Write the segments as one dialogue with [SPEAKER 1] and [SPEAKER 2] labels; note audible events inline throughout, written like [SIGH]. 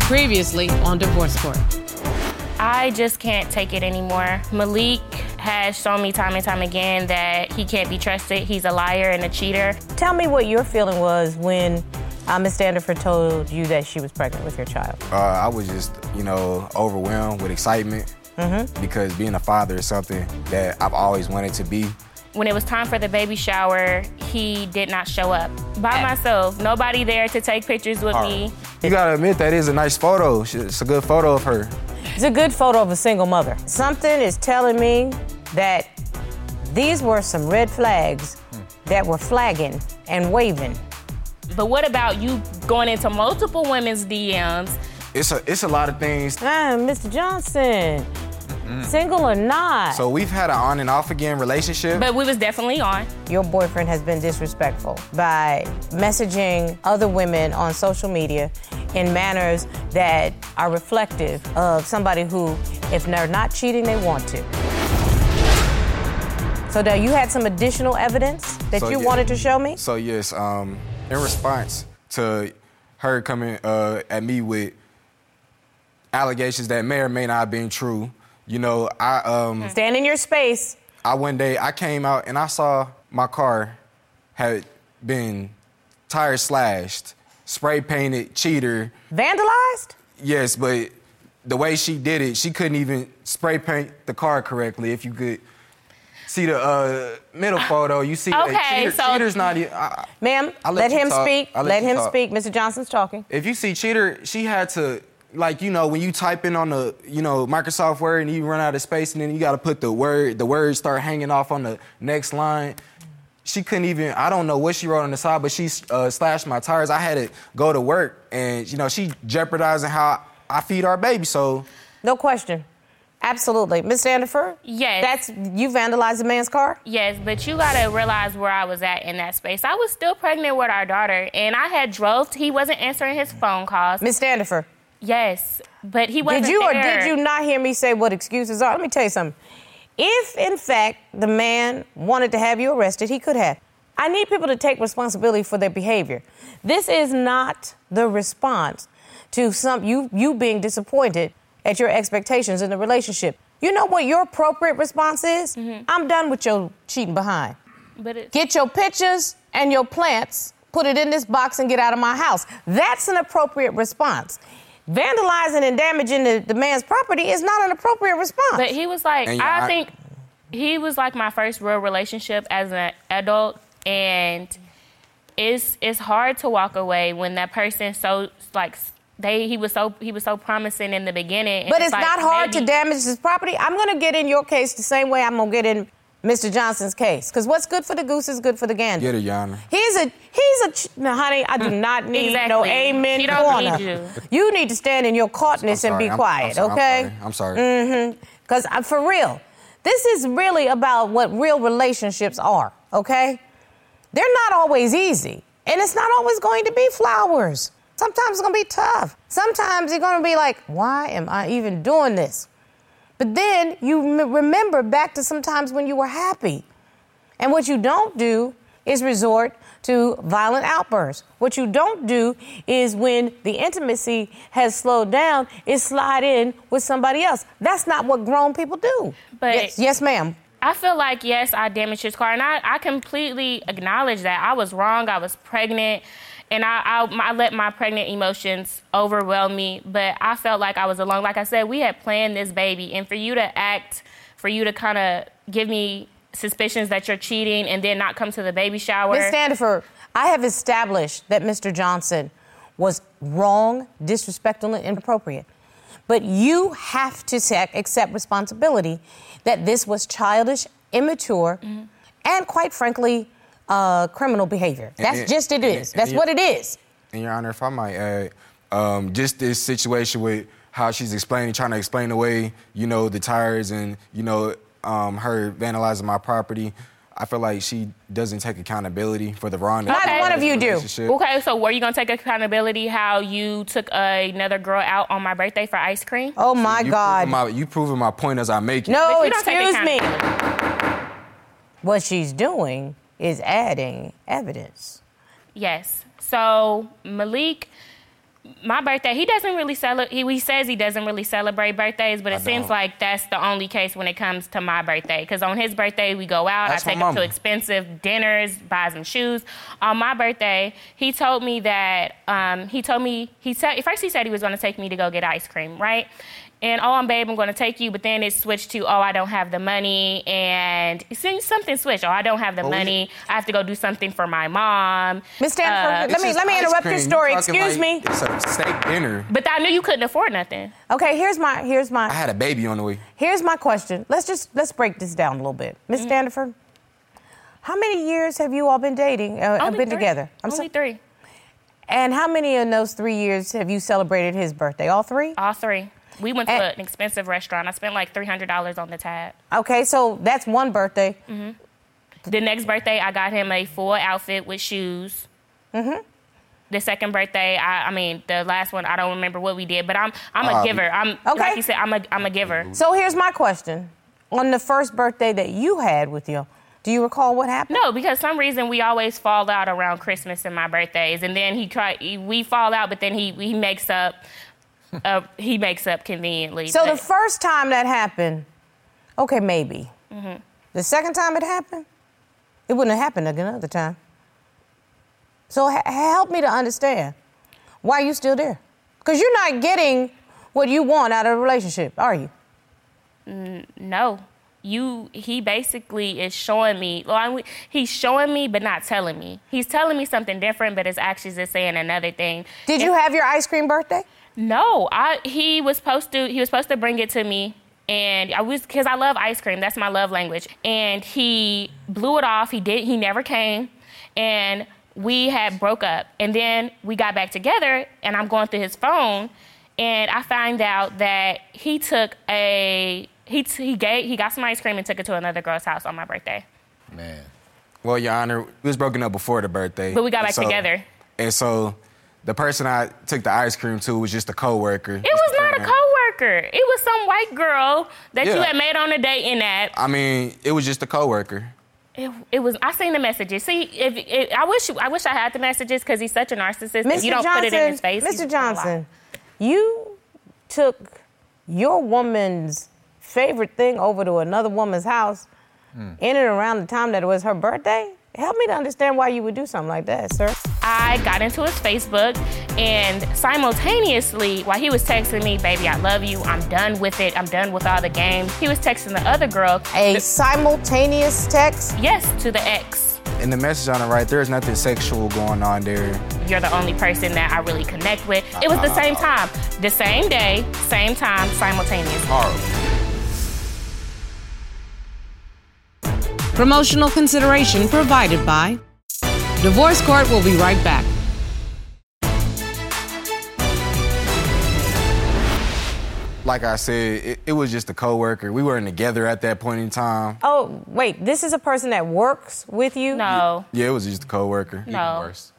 [SPEAKER 1] Previously on Divorce Court.
[SPEAKER 2] I just can't take it anymore. Malik has shown me time and time again that he can't be trusted. He's a liar and a cheater.
[SPEAKER 3] Tell me what your feeling was when uh, Miss Standiford told you that she was pregnant with your child.
[SPEAKER 4] Uh, I was just, you know, overwhelmed with excitement
[SPEAKER 3] Mm-hmm.
[SPEAKER 4] because being a father is something that I've always wanted to be.
[SPEAKER 2] When it was time for the baby shower, he did not show up. By myself, nobody there to take pictures with me.
[SPEAKER 4] You gotta admit that is a nice photo. She- It's a good photo of her.
[SPEAKER 3] It's a good photo of a single mother. Something is telling me that these were some red flags that were flagging and waving.
[SPEAKER 2] But what about you going into multiple women's DMs?
[SPEAKER 4] It's a it's a lot of things.
[SPEAKER 3] Ah, Mr. Johnson, single or not,
[SPEAKER 4] So we've had an on and off again relationship.
[SPEAKER 2] But we was definitely on.
[SPEAKER 3] your boyfriend has been disrespectful by messaging other women on social media in manners that are reflective of somebody who, if they're not cheating, they want to. So now you had some additional evidence that
[SPEAKER 4] So,
[SPEAKER 3] you
[SPEAKER 4] yeah.
[SPEAKER 3] wanted to show me?
[SPEAKER 4] So yes, um, in response to her coming uh, at me with allegations that may or may not have been true, you know, I um,
[SPEAKER 3] Stand in your space.
[SPEAKER 4] I one day I came out and I saw my car had been tire slashed, spray painted, cheater.
[SPEAKER 3] Vandalized?
[SPEAKER 4] Yes, but the way she did it, she couldn't even spray paint the car correctly. If you could see the uh, middle photo, you see that
[SPEAKER 2] Ah, Okay,
[SPEAKER 4] cheater,
[SPEAKER 2] so-
[SPEAKER 4] cheater's not. e- I- I-
[SPEAKER 3] Ma'am,
[SPEAKER 4] I'll
[SPEAKER 3] let,
[SPEAKER 4] let you
[SPEAKER 3] him
[SPEAKER 4] talk.
[SPEAKER 3] speak.
[SPEAKER 4] I'll
[SPEAKER 3] Let,
[SPEAKER 4] let you
[SPEAKER 3] him
[SPEAKER 4] talk.
[SPEAKER 3] speak. Mr. Johnson's talking.
[SPEAKER 4] if you see cheater, she had to like you know when you type in on the you know Microsoft Word and you run out of space and then you got to put the word the words start hanging off on the next line. She couldn't even. I don't know what she wrote on the side, but she uh, slashed my tires. I had to go to work, and you know she jeopardizing how I feed our baby. So
[SPEAKER 3] No question. Absolutely. Miss Standiford?
[SPEAKER 2] Yes.
[SPEAKER 3] That's you vandalized a man's car?
[SPEAKER 2] Yes, but you gotta realize where I was at in that space. I was still pregnant with our daughter, and I had drove. He wasn't answering his phone calls.
[SPEAKER 3] Miss Standiford,
[SPEAKER 2] Yes, but he wasn't
[SPEAKER 3] did you or
[SPEAKER 2] there.
[SPEAKER 3] did you not hear me say what excuses are? Let me tell you something. If in fact the man wanted to have you arrested, he could have. I need people to take responsibility for their behavior. This is not the response to some you you being disappointed at your expectations in the relationship. You know what your appropriate response is?
[SPEAKER 2] Mm-hmm.
[SPEAKER 3] I'm done with your cheating behind.
[SPEAKER 2] But it,
[SPEAKER 3] Get your pictures and your plants, put it in this box, and get out of my house. That's an appropriate response. Vandalizing and damaging the, the man's property is not an appropriate response.
[SPEAKER 2] but he was like,
[SPEAKER 4] And
[SPEAKER 2] I,
[SPEAKER 4] I-
[SPEAKER 2] think he was like my first real relationship as an adult, and it's it's hard to walk away when that person so like they he was so he was so promising in the beginning. and
[SPEAKER 3] But it's
[SPEAKER 2] like,
[SPEAKER 3] not hard to
[SPEAKER 2] maybe-
[SPEAKER 3] damage his property. I'm going to get in your case the same way I'm going to get in Mr. Johnson's case. Because what's good for the goose is good for the gander.
[SPEAKER 4] get it, Yana.
[SPEAKER 3] He's a he's a ch- no, honey. I do not need no
[SPEAKER 2] Hmm. Exactly.
[SPEAKER 3] amen
[SPEAKER 2] She don't
[SPEAKER 3] corner.
[SPEAKER 2] need you.
[SPEAKER 3] You need to stand in your
[SPEAKER 4] I'm
[SPEAKER 3] courtness and
[SPEAKER 4] sorry.
[SPEAKER 3] be
[SPEAKER 4] I'm- I'm
[SPEAKER 3] quiet,
[SPEAKER 4] sorry. I'm
[SPEAKER 3] okay? Mm-hmm.
[SPEAKER 4] sorry. I'm sorry.
[SPEAKER 3] Because uh, for real, this is really about what real relationships are, okay? They're not always easy, and it's not always going to be flowers. Sometimes it's going to be tough. Sometimes you're going to be like, why am I even doing this? But then you m- remember back to sometimes when you were happy. And what you don't do is resort to violent outbursts. What you don't do is when the intimacy has slowed down, is slide in with somebody else. That's not what grown people do.
[SPEAKER 2] But-
[SPEAKER 3] yes, yes, ma'am.
[SPEAKER 2] I feel like, yes, I damaged his car, and I, I completely acknowledge that. I was wrong, I was pregnant, and I, I, I let my pregnant emotions overwhelm me, but I felt like I was alone. Like I said, we had planned this baby, and for you to act, for you to kind of give me suspicions that you're cheating and then not come to the baby shower.
[SPEAKER 3] Ms. Standiford, I have established that Mr. Johnson was wrong, disrespectful, and inappropriate. But you have to sec- accept responsibility that this was childish, immature, and quite frankly, uh, criminal behavior. That's
[SPEAKER 4] and-
[SPEAKER 3] just it
[SPEAKER 4] and-
[SPEAKER 3] is.
[SPEAKER 4] and
[SPEAKER 3] That's
[SPEAKER 4] you-
[SPEAKER 3] what it is.
[SPEAKER 4] And Your Honor, if I might add, um, just this situation with how she's explaining, trying to explain away, you know, the tires and, you know, um, her vandalizing my property. I feel like she doesn't take accountability for the wrong. that
[SPEAKER 3] Neither
[SPEAKER 4] she
[SPEAKER 3] one
[SPEAKER 4] did
[SPEAKER 3] of
[SPEAKER 4] in
[SPEAKER 3] you
[SPEAKER 4] the
[SPEAKER 3] do. Oh,
[SPEAKER 4] relationship.
[SPEAKER 2] Okay, so were you gonna take accountability how you took another girl out on my birthday for ice cream?
[SPEAKER 3] Oh my
[SPEAKER 4] You
[SPEAKER 3] God.
[SPEAKER 4] Proving my, you proving my point as I make it.
[SPEAKER 3] no,
[SPEAKER 2] But you don't take
[SPEAKER 3] excuse me.
[SPEAKER 2] accountability.
[SPEAKER 3] What she's doing is adding evidence.
[SPEAKER 2] Yes. So Malik my birthday, he doesn't really celebrate. He, he says he doesn't really celebrate birthdays, but it seems
[SPEAKER 4] don't.
[SPEAKER 2] like that's the only case when it comes to my birthday. Because on his birthday, we go out.
[SPEAKER 4] That's
[SPEAKER 2] I
[SPEAKER 4] my
[SPEAKER 2] take him
[SPEAKER 4] mama.
[SPEAKER 2] to expensive dinners, buy him shoes. On my birthday, he told me that um, he told me he said first he said he was going to take me to go get ice cream, right? And oh, I'm babe, I'm going to take you. But then it switched to oh, I don't have the money, and it seems something switched. Oh, I don't have the
[SPEAKER 4] Well, we-
[SPEAKER 2] money. I have to go do something for my mom.
[SPEAKER 3] Miss
[SPEAKER 2] Uh,
[SPEAKER 3] Stanford, let
[SPEAKER 4] It's
[SPEAKER 3] me
[SPEAKER 4] just
[SPEAKER 3] let me
[SPEAKER 4] ice
[SPEAKER 3] interrupt your
[SPEAKER 4] cream. You
[SPEAKER 3] story.
[SPEAKER 4] talking
[SPEAKER 3] Excuse
[SPEAKER 4] like
[SPEAKER 3] me.
[SPEAKER 4] It's a steak dinner.
[SPEAKER 2] But I knew you couldn't afford nothing.
[SPEAKER 3] Okay, here's my here's my
[SPEAKER 4] I had a baby on the way.
[SPEAKER 3] Here's my question. Let's just let's break this down a little bit, Miss
[SPEAKER 2] Mm.
[SPEAKER 3] Standiford. How many years have you all been dating? Uh,
[SPEAKER 2] Only
[SPEAKER 3] been
[SPEAKER 2] three.
[SPEAKER 3] together.
[SPEAKER 2] Only
[SPEAKER 3] sorry.
[SPEAKER 2] three.
[SPEAKER 3] And how many in those three years have you celebrated his birthday? All three.
[SPEAKER 2] All three. We went to
[SPEAKER 3] And-
[SPEAKER 2] an expensive restaurant. I spent like three hundred dollars on the tab.
[SPEAKER 3] Okay, so that's one birthday.
[SPEAKER 2] Mm. The next birthday, I got him a full outfit with shoes. Mm-hmm. The second birthday, I, I mean, the last one, I don't remember what we did, but I'm I'm a
[SPEAKER 4] Uh,
[SPEAKER 2] giver. I'm
[SPEAKER 3] Okay.
[SPEAKER 2] like you said, I'm a I'm a giver.
[SPEAKER 3] So here's my question. On the first birthday that you had with him, do you recall what happened?
[SPEAKER 2] No, because some reason we always fall out around Christmas and my birthdays, and then he try he- we fall out, but then he he makes up. Uh, he makes up conveniently.
[SPEAKER 3] So the
[SPEAKER 2] but-
[SPEAKER 3] first time that happened, okay, maybe. The second time it happened, it wouldn't have happened another time. So h- help me to understand why you still there? Because you're not getting what you want out of a relationship, are you?
[SPEAKER 2] no you he basically is showing me well, I- he's showing me but not telling me he's telling me something different but his actions is saying another thing
[SPEAKER 3] Did you have your ice cream birthday?
[SPEAKER 2] no i he was supposed to he was supposed to bring it to me and i was because i love ice cream that's my love language and he blew it off he did he never came and we had broke up and then we got back together and i'm going through his phone and i find out that he took a he, t- he gave he got some ice cream and took it to another girl's house on my birthday
[SPEAKER 5] Man.
[SPEAKER 4] Well, Your Honor, we was broken up before the birthday.
[SPEAKER 2] But we got
[SPEAKER 4] And
[SPEAKER 2] back together.
[SPEAKER 4] And so the person I took the ice cream to was just a coworker.
[SPEAKER 2] It was not a coworker. It was some white girl that you
[SPEAKER 4] Yeah.
[SPEAKER 2] had made on a date in that.
[SPEAKER 4] I mean, it was just a coworker.
[SPEAKER 2] It, it was. I seen the messages. See, if it, I wish I wish I had the messages because he's such a narcissist. if
[SPEAKER 3] Mr.
[SPEAKER 2] you don't
[SPEAKER 3] Johnson,
[SPEAKER 2] put it in his face. he's
[SPEAKER 3] Mr.
[SPEAKER 2] gonna
[SPEAKER 3] Johnson, you took your woman's favorite thing over to another woman's house in and around the time that it was her birthday? Help me to understand why you would do something like that, sir.
[SPEAKER 2] lie. I got into his Facebook and simultaneously, while he was texting me, "Baby, I love you. I'm done with it. I'm done with all the games." He was texting the other girl.
[SPEAKER 3] A simultaneous text?
[SPEAKER 2] yes to the ex.
[SPEAKER 4] And the message on the right, there's nothing sexual going on there.
[SPEAKER 2] you're the only person that I really connect with. It was the same time, the same day, same time, simultaneous.
[SPEAKER 1] Promotional consideration provided by Divorce Court will be right back.
[SPEAKER 4] Like I said, it, it was just a coworker. We weren't together at that point in time.
[SPEAKER 3] Oh, wait, this is a person that works with you?
[SPEAKER 2] No,
[SPEAKER 4] Yeah, it was just a coworker. Even
[SPEAKER 2] No.
[SPEAKER 4] worse.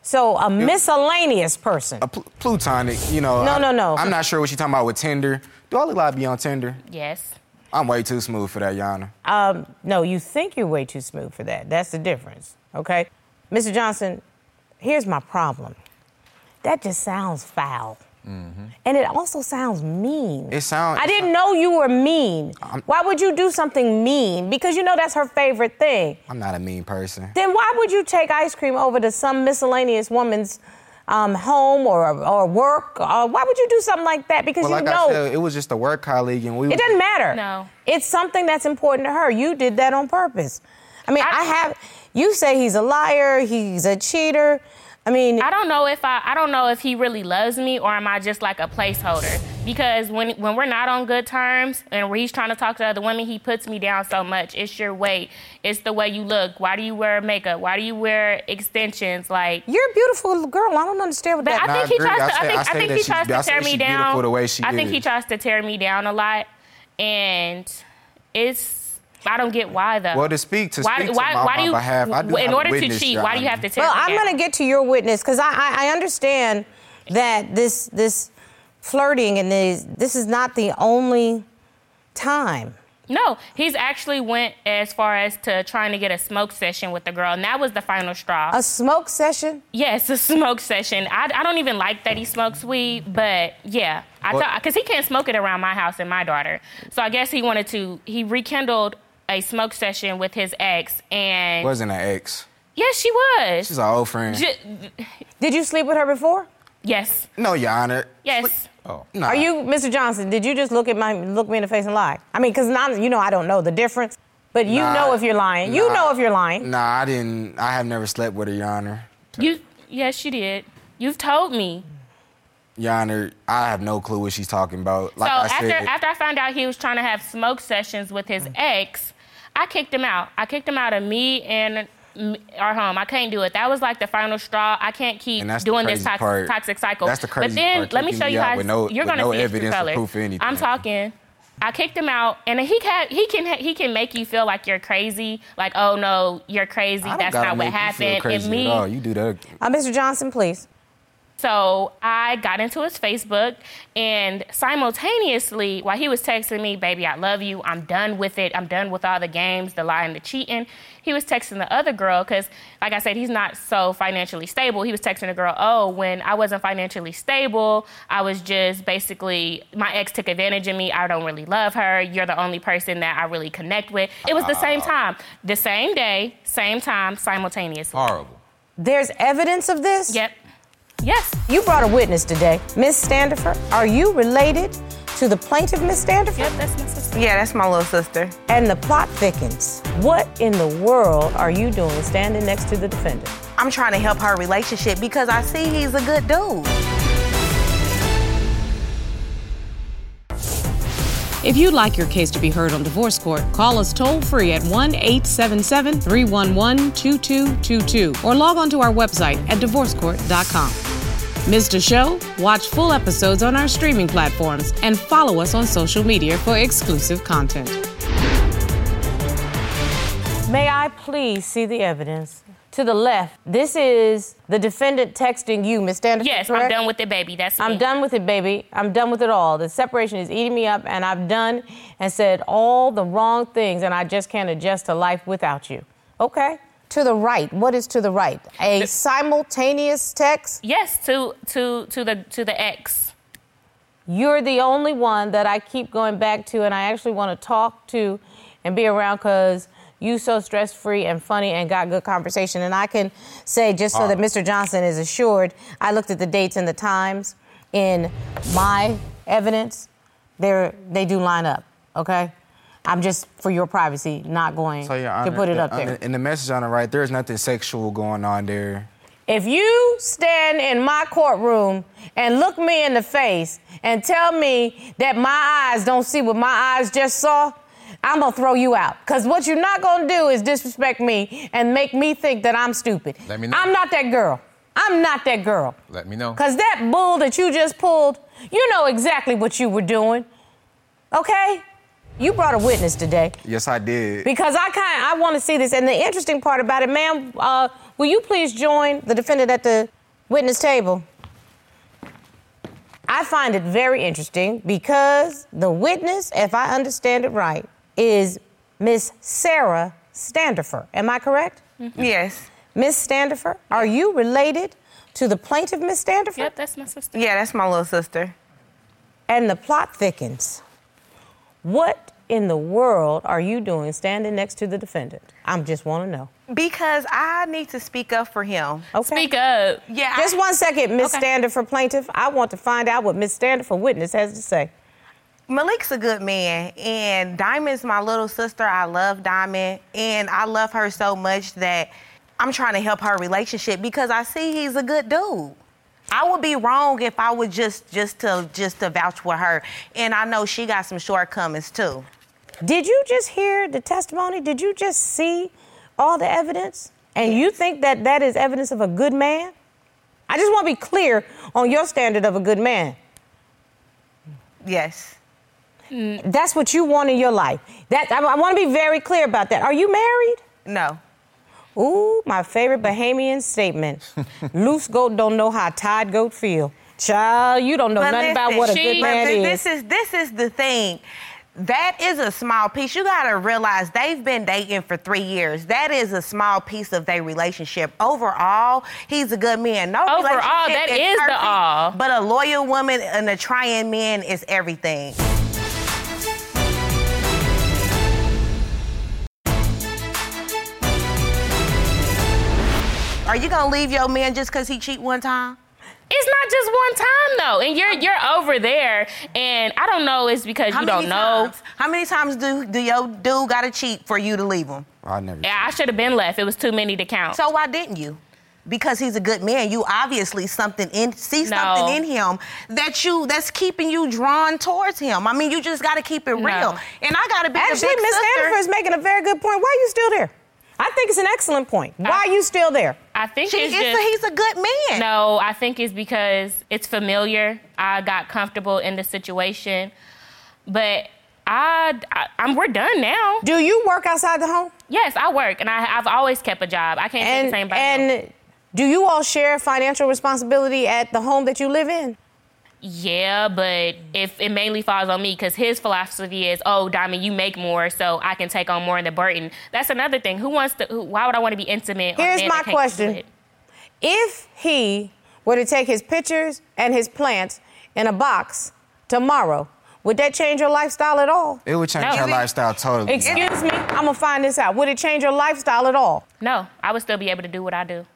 [SPEAKER 3] So a miscellaneous person.
[SPEAKER 4] A pl- plutonic, you know.
[SPEAKER 3] No,
[SPEAKER 4] I-
[SPEAKER 3] no, no.
[SPEAKER 4] I'm not sure what you're talking about with Tinder. Do I look like I be on Tinder?
[SPEAKER 2] yes.
[SPEAKER 4] I'm way too smooth for that, Yana.
[SPEAKER 3] Um, no, you think you're way too smooth for that. That's the difference, okay? Mr. Johnson, here's my problem. That just sounds foul.
[SPEAKER 4] Mm-hmm.
[SPEAKER 3] And it also sounds mean.
[SPEAKER 4] It sound-
[SPEAKER 3] I didn't know you were mean. why would you do something mean? Because you know that's her favorite thing.
[SPEAKER 4] I'm not a mean person.
[SPEAKER 3] Then why would you take ice cream over to some miscellaneous woman's um, home or, or work? Or why would you do something like that? Because
[SPEAKER 4] But
[SPEAKER 3] you
[SPEAKER 4] like
[SPEAKER 3] know
[SPEAKER 4] I said, it was just a work colleague, and we.
[SPEAKER 3] it doesn't matter.
[SPEAKER 2] No.
[SPEAKER 3] It's something that's important to her. You did that on purpose. I mean, I,
[SPEAKER 2] I-
[SPEAKER 3] have. You say he's a liar. He's a cheater. I mean,
[SPEAKER 2] I don't know if I I don't know if he really loves me or am I just like a placeholder? Because when when we're not on good terms and he's trying to talk to other women, he puts me down so much. It's your weight. It's the way you look. Why do you wear makeup? Why do you wear extensions? Like
[SPEAKER 3] you're a beautiful girl. I don't understand what
[SPEAKER 2] But
[SPEAKER 3] that.
[SPEAKER 2] I
[SPEAKER 4] I
[SPEAKER 2] think he
[SPEAKER 4] agree.
[SPEAKER 2] tries
[SPEAKER 4] I
[SPEAKER 2] to.
[SPEAKER 4] say-
[SPEAKER 2] I
[SPEAKER 4] I
[SPEAKER 2] think, I
[SPEAKER 4] say
[SPEAKER 2] think
[SPEAKER 4] that
[SPEAKER 2] he
[SPEAKER 4] she-
[SPEAKER 2] tries
[SPEAKER 4] I
[SPEAKER 2] to
[SPEAKER 4] say
[SPEAKER 2] tear me
[SPEAKER 4] she beautiful
[SPEAKER 2] down.
[SPEAKER 4] the way she
[SPEAKER 2] I think
[SPEAKER 4] is.
[SPEAKER 2] he tries to tear me down a lot, and it's. I don't get why though.
[SPEAKER 4] Well, to speak- to speak to my- my behalf, I do
[SPEAKER 2] in
[SPEAKER 4] have
[SPEAKER 2] order to
[SPEAKER 4] witnessed
[SPEAKER 2] cheat,
[SPEAKER 4] your
[SPEAKER 2] why do you
[SPEAKER 4] honor.
[SPEAKER 2] have to tear
[SPEAKER 3] well,
[SPEAKER 2] me
[SPEAKER 3] I'm
[SPEAKER 2] down?
[SPEAKER 3] going to get to your witness because I, I I understand that this this flirting and these this is not the only time
[SPEAKER 2] No, he's actually went as far as to trying to get a smoke session with the girl, and that was the final straw.
[SPEAKER 3] A smoke session?
[SPEAKER 2] yes, a smoke session. I, I don't even like that he smokes weed, but yeah, I
[SPEAKER 4] What-
[SPEAKER 2] thought because he can't smoke it around my house and my daughter, so I guess he wanted to. He rekindled a smoke session with his ex, and
[SPEAKER 4] Wasn't an ex.
[SPEAKER 2] yes, she was.
[SPEAKER 4] She's an old friend.
[SPEAKER 2] Ju-
[SPEAKER 3] Did you sleep with her before?
[SPEAKER 2] yes,
[SPEAKER 4] no, Your Honor.
[SPEAKER 2] yes.
[SPEAKER 4] Oh, nah.
[SPEAKER 3] Are you, Mr. Johnson? Did you just look at my look me in the face and lie? I mean, because now you know I don't know the difference, but you
[SPEAKER 4] Nah.
[SPEAKER 3] know if you're lying. You
[SPEAKER 4] Nah.
[SPEAKER 3] know if you're lying.
[SPEAKER 4] Nah, I didn't. I have never slept with her, Your Honor.
[SPEAKER 2] You yes, you did. You've told me.
[SPEAKER 4] Your Honor, I have no clue what she's talking about. Like
[SPEAKER 2] so
[SPEAKER 4] I
[SPEAKER 2] after
[SPEAKER 4] said, Mm.
[SPEAKER 2] after I found out he was trying to have smoke sessions with his ex, I kicked him out. I kicked him out of me and m- our home. I can't do it. That was like the final straw. I can't keep
[SPEAKER 4] And that's the
[SPEAKER 2] doing this
[SPEAKER 4] crazy
[SPEAKER 2] toxic,
[SPEAKER 4] part.
[SPEAKER 2] toxic cycle.
[SPEAKER 4] That's the
[SPEAKER 2] But
[SPEAKER 4] crazy
[SPEAKER 2] then
[SPEAKER 4] part,
[SPEAKER 2] let me
[SPEAKER 4] kicking
[SPEAKER 2] show
[SPEAKER 4] me
[SPEAKER 2] you
[SPEAKER 4] out
[SPEAKER 2] how
[SPEAKER 4] with no-
[SPEAKER 2] you're
[SPEAKER 4] with
[SPEAKER 2] gonna
[SPEAKER 4] no
[SPEAKER 2] see his true
[SPEAKER 4] evidence or
[SPEAKER 2] colors.
[SPEAKER 4] proof or anything.
[SPEAKER 2] I'm talking. I kicked him out, and he can he can he can make you feel like you're crazy. Like, oh no, you're crazy.
[SPEAKER 4] I don't
[SPEAKER 2] That's
[SPEAKER 4] gotta
[SPEAKER 2] not what
[SPEAKER 4] make you feel
[SPEAKER 2] happened.
[SPEAKER 4] crazy
[SPEAKER 2] and me,
[SPEAKER 4] at all. You do that.
[SPEAKER 3] Uh, Mr. Johnson, please.
[SPEAKER 2] so I got into his Facebook, and simultaneously, while he was texting me, baby, I love you, I'm done with it, I'm done with all the games, the lying, the cheating, he was texting the other girl, because, like I said, he's not so financially stable. He was texting the girl, oh, when I wasn't financially stable, I was just basically, my ex took advantage of me, I don't really love her, you're the only person that I really connect with. It was the same time, the same day, same time, simultaneously.
[SPEAKER 5] Horrible.
[SPEAKER 3] There's evidence of this.
[SPEAKER 2] Yep. Yes.
[SPEAKER 3] You brought a witness today, Miss Standifer. Are you related to the plaintiff, Miss Standifer?
[SPEAKER 2] Yep, that's my sister.
[SPEAKER 6] Yeah, that's my little sister.
[SPEAKER 3] And the plot thickens. What in the world are you doing standing next to the defendant?
[SPEAKER 6] I'm trying to help her relationship because I see he's a good dude.
[SPEAKER 1] If you'd like your case to be heard on divorce court, call us toll free at 1 877 311 2222 or log on to our website at divorcecourt.com. Missed a show? Watch full episodes on our streaming platforms and follow us on social media for exclusive content.
[SPEAKER 3] May I please see the evidence? To the left, this is the defendant texting you, Miss Standifer.
[SPEAKER 2] Yes, I'm
[SPEAKER 3] correct?
[SPEAKER 2] done with it, baby. That's
[SPEAKER 3] I'm
[SPEAKER 2] me.
[SPEAKER 3] done with it, baby. I'm done with it all. The separation is eating me up, and I've done and said all the wrong things, and I just can't adjust to life without you. Okay. To the right. What is to the right? A simultaneous text.
[SPEAKER 2] Yes, to to to the to the ex.
[SPEAKER 3] You're the only one that I keep going back to, and I actually want to talk to and be around because you so stress free and funny and got good conversation. And I can say, just so
[SPEAKER 4] Ah.
[SPEAKER 3] that Mr. Johnson is assured, I looked at the dates and the times in my evidence. They're, they do line up, okay? I'm just, for your privacy, not going
[SPEAKER 4] So, Your
[SPEAKER 3] to
[SPEAKER 4] Honor,
[SPEAKER 3] put it up
[SPEAKER 4] in-
[SPEAKER 3] there.
[SPEAKER 4] In the message on the right, there's nothing sexual going on there.
[SPEAKER 3] If you stand in my courtroom and look me in the face and tell me that my eyes don't see what my eyes just saw, I'm gonna throw you out. Cause what you're not gonna do is disrespect me and make me think that I'm stupid.
[SPEAKER 5] Let me know.
[SPEAKER 3] I'm not that girl. I'm not that girl.
[SPEAKER 5] Let me know.
[SPEAKER 3] Cause that bull that you just pulled, you know exactly what you were doing. Okay? You brought a witness today
[SPEAKER 4] Yes, I did.
[SPEAKER 3] because I kind I want to see this. And the interesting part about it, ma'am, uh, will you please join the defendant at the witness table? I find it very interesting because the witness, if I understand it right, is Miss Sarah Standifer. Am I correct?
[SPEAKER 6] Yes.
[SPEAKER 2] Mm-hmm.
[SPEAKER 3] Miss Standifer, are you related to the plaintiff, Miss Standifer?
[SPEAKER 2] Yep, that's my sister.
[SPEAKER 6] Yeah, that's my little sister.
[SPEAKER 3] And the plot thickens. What in the world are you doing standing next to the defendant? I just want to know.
[SPEAKER 6] Because I need to speak up for him.
[SPEAKER 3] Okay.
[SPEAKER 2] Speak up.
[SPEAKER 6] Yeah. I-
[SPEAKER 3] Just one second, Miss
[SPEAKER 2] Okay.
[SPEAKER 3] Standard for plaintiff. I want to find out what Miss Standard for witness has to say.
[SPEAKER 6] Malik's a good man, and Diamond's my little sister. I love Diamond, and I love her so much that I'm trying to help her relationship because I see he's a good dude. I would be wrong if I would just just to just to vouch for her, and I know she got some shortcomings too.
[SPEAKER 3] Did you just hear the testimony? Did you just see all the evidence? And you think that that is evidence of a good man? I just want to be clear on your standard of a good man.
[SPEAKER 6] Yes,
[SPEAKER 3] That's what you want in your life. That I, I want to be very clear about that. Are you married?
[SPEAKER 6] no,
[SPEAKER 3] Ooh, my favorite Bahamian statement.
[SPEAKER 6] [LAUGHS]
[SPEAKER 3] Loose goat don't know how a tied goat feel. Child, you don't know
[SPEAKER 6] But
[SPEAKER 3] nothing about
[SPEAKER 6] listen,
[SPEAKER 3] what a
[SPEAKER 2] she-
[SPEAKER 3] good
[SPEAKER 6] but
[SPEAKER 3] man
[SPEAKER 6] thi-
[SPEAKER 3] is.
[SPEAKER 6] this is this is the thing. That is a small piece. You gotta realize they've been dating for three years. That is a small piece of their relationship. Overall, he's a good man. No
[SPEAKER 2] Overall,
[SPEAKER 6] relationship
[SPEAKER 2] that is the
[SPEAKER 6] perfect,
[SPEAKER 2] all.
[SPEAKER 6] But a loyal woman and a trying man is everything. Are you gonna leave your man just cause he cheat one time?
[SPEAKER 2] It's not just one time though, and you're you're over there, and I don't know. It's because you don't know.
[SPEAKER 6] Times, how many times do do your dude gotta cheat for you to leave him?
[SPEAKER 4] I never.
[SPEAKER 2] Yeah, I should have been left. It was too many to count.
[SPEAKER 6] So why didn't you? Because he's a good man. You obviously something in see
[SPEAKER 2] No.
[SPEAKER 6] something in him that you that's keeping you drawn towards him. I mean, you just gotta keep it real. And I gotta be
[SPEAKER 3] Actually,
[SPEAKER 6] the big
[SPEAKER 3] Miss
[SPEAKER 6] sister.
[SPEAKER 3] Hannaford is making a very good point. Why are you still there? I think it's an excellent point. Why are you still there?
[SPEAKER 2] I think
[SPEAKER 6] She
[SPEAKER 2] it's
[SPEAKER 6] is
[SPEAKER 2] just,
[SPEAKER 6] a, he's a good man.
[SPEAKER 2] No, I think it's because it's familiar. I got comfortable in the situation, but I, I am we're done now.
[SPEAKER 3] Do you work outside the home?
[SPEAKER 2] Yes, I work, and I, I've always kept a job. I can't say the same
[SPEAKER 3] And
[SPEAKER 2] about him.
[SPEAKER 3] and do you all share financial responsibility at the home that you live in?
[SPEAKER 2] Yeah, but if it mainly falls on me, because his philosophy is, oh, Diamond, you make more, so I can take on more of the burden. That's another thing. Who wants to? Who, why would I want to be intimate? on a
[SPEAKER 3] Here's
[SPEAKER 2] man
[SPEAKER 3] my
[SPEAKER 2] that can't do
[SPEAKER 3] question.
[SPEAKER 2] it?
[SPEAKER 3] If he were to take his pictures and his plants in a box tomorrow, would that change your lifestyle at all?
[SPEAKER 4] It would change
[SPEAKER 2] No.
[SPEAKER 4] your lifestyle totally.
[SPEAKER 3] Excuse me, I'm gonna find this out. Would it change your lifestyle at all?
[SPEAKER 2] No, I would still be able to do what I do.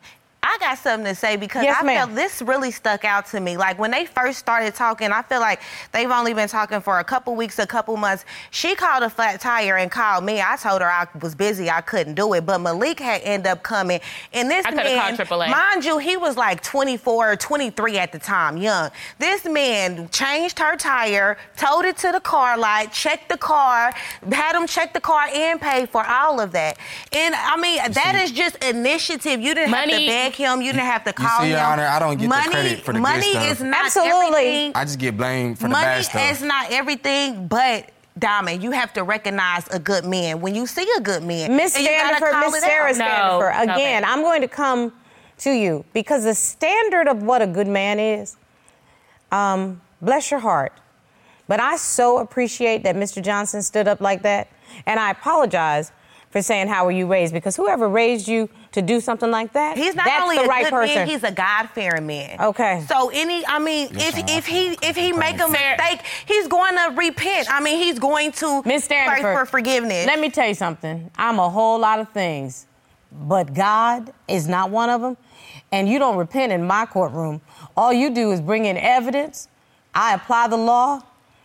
[SPEAKER 6] I got something to say because
[SPEAKER 3] Yes,
[SPEAKER 6] I
[SPEAKER 3] ma'am.
[SPEAKER 6] felt this really stuck out to me. Like when they first started talking, I feel like they've only been talking for a couple weeks, a couple months. She called a flat tire and called me. I told her I was busy, I couldn't do it. But Malik had end up coming, and this
[SPEAKER 2] I coulda called
[SPEAKER 6] man,
[SPEAKER 2] AAA.
[SPEAKER 6] mind you, he was like 24 or 23 at the time, young. This man changed her tire, towed it to the car lot, checked the car, had him check the car and pay for all of that. And I mean, that is just initiative. You didn't have to
[SPEAKER 2] Money-
[SPEAKER 6] beg him. You didn't have to
[SPEAKER 4] You
[SPEAKER 6] call
[SPEAKER 4] see, Your
[SPEAKER 6] him.
[SPEAKER 4] Honor, I don't get the
[SPEAKER 6] money,
[SPEAKER 4] credit for the good
[SPEAKER 6] Money
[SPEAKER 4] stuff.
[SPEAKER 6] is not
[SPEAKER 3] Absolutely.
[SPEAKER 6] everything.
[SPEAKER 4] I just get blamed for the
[SPEAKER 6] money
[SPEAKER 4] bad stuff.
[SPEAKER 6] is not everything, but. Diamond, you have to recognize a good man when you see a good man.
[SPEAKER 3] Miss
[SPEAKER 6] and you gotta
[SPEAKER 3] Stanford,
[SPEAKER 6] call
[SPEAKER 3] Miss
[SPEAKER 6] it out.
[SPEAKER 3] Sarah
[SPEAKER 2] No,
[SPEAKER 3] Stanford.
[SPEAKER 2] no,
[SPEAKER 3] Again,
[SPEAKER 2] ma'am.
[SPEAKER 3] I'm going to come to you because the standard of what a good man is, um, bless your heart. But I so appreciate that Mr. Johnson stood up like that. And I apologize for saying, How were you raised? Because whoever raised you to do something like that,
[SPEAKER 6] He's not
[SPEAKER 3] that's
[SPEAKER 6] only
[SPEAKER 3] the
[SPEAKER 6] a
[SPEAKER 3] right
[SPEAKER 6] good
[SPEAKER 3] person.
[SPEAKER 6] man, he's a God fearing man.
[SPEAKER 3] Okay.
[SPEAKER 6] So any, I mean,
[SPEAKER 4] Yes,
[SPEAKER 6] if
[SPEAKER 4] ma'am.
[SPEAKER 6] if he if he make a
[SPEAKER 2] Sarah-
[SPEAKER 6] mistake, he's going to repent. I mean, he's going to
[SPEAKER 3] Miss Stanford,
[SPEAKER 6] pray for forgiveness.
[SPEAKER 3] Let me tell you something. I'm a whole lot of things, but God is not one of them. And you don't repent in my courtroom. All you do is bring in evidence. I apply the law.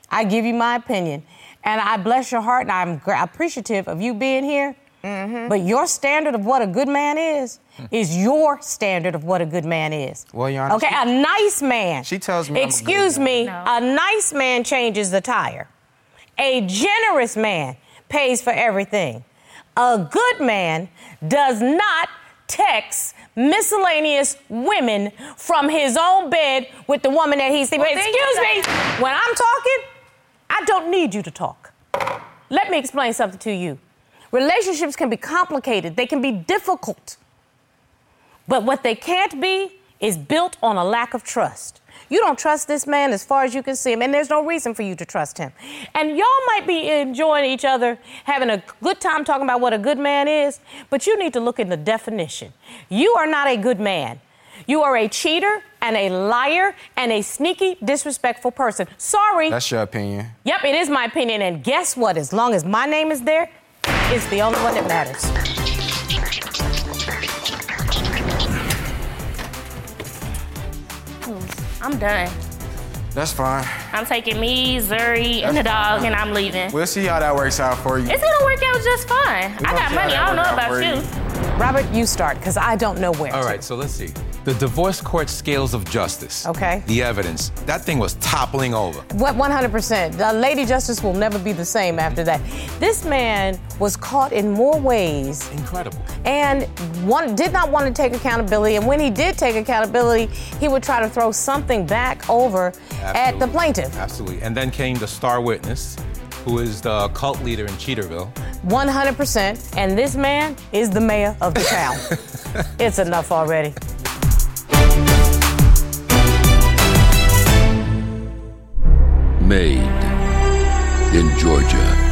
[SPEAKER 3] I give you my opinion. And I bless your heart, and I'm gra- appreciative of you being here.
[SPEAKER 6] Mm-hmm.
[SPEAKER 3] But your standard of what a good man is
[SPEAKER 6] Hmm.
[SPEAKER 3] is your standard of what a good man is.
[SPEAKER 4] Well, Your Honor,
[SPEAKER 3] okay,
[SPEAKER 4] she-
[SPEAKER 3] a nice man.
[SPEAKER 4] She tells me I'm a good
[SPEAKER 3] Excuse
[SPEAKER 4] man.
[SPEAKER 3] me,
[SPEAKER 2] No.
[SPEAKER 3] a nice man changes the tire. A generous man pays for everything. A good man does not text miscellaneous women from his own bed with the woman that he's sleeping.
[SPEAKER 6] Well,
[SPEAKER 3] with.
[SPEAKER 6] then
[SPEAKER 3] Excuse
[SPEAKER 6] you
[SPEAKER 3] me, when I'm talking, I don't need you to talk. Let me explain something to you. Relationships can be complicated, they can be difficult. But what they can't be is built on a lack of trust. You don't trust this man as far as you can see him, and there's no reason for you to trust him. And y'all might be enjoying each other, having a good time talking about what a good man is, but you need to look in the definition. You are not a good man. You are a cheater and a liar and a sneaky, disrespectful person. Sorry.
[SPEAKER 4] That's your opinion.
[SPEAKER 3] Yep, it is my opinion. And guess what? As long as my name is there, it's the only one that matters.
[SPEAKER 2] I'm done.
[SPEAKER 4] That's fine.
[SPEAKER 2] I'm taking me, Zuri, and the dog, and I'm leaving.
[SPEAKER 4] We'll see how that works out for you.
[SPEAKER 2] It's gonna work out just fine. I
[SPEAKER 4] gonna
[SPEAKER 2] got
[SPEAKER 4] see how
[SPEAKER 2] money.
[SPEAKER 4] that
[SPEAKER 2] I don't know
[SPEAKER 4] work out
[SPEAKER 2] about
[SPEAKER 4] for
[SPEAKER 2] you.
[SPEAKER 4] you.
[SPEAKER 3] Robert, you start, because I don't know where.
[SPEAKER 5] All
[SPEAKER 3] to.
[SPEAKER 5] right, so let's see. The divorce court scales of justice.
[SPEAKER 3] Okay.
[SPEAKER 5] The evidence. That thing was toppling over.
[SPEAKER 3] What 100%. The Lady Justice will never be the same after that. This man was caught in more ways
[SPEAKER 5] Incredible.
[SPEAKER 3] and one did not want to take accountability and when he did take accountability, he would try to throw something back over at the
[SPEAKER 5] Absolutely.
[SPEAKER 3] plaintiff.
[SPEAKER 5] Absolutely. And then came the star witness, who is the cult leader in Cheaterville.
[SPEAKER 3] 100% and this man is the mayor of the
[SPEAKER 5] [LAUGHS]
[SPEAKER 3] town. it's enough already.
[SPEAKER 7] Made. in Georgia.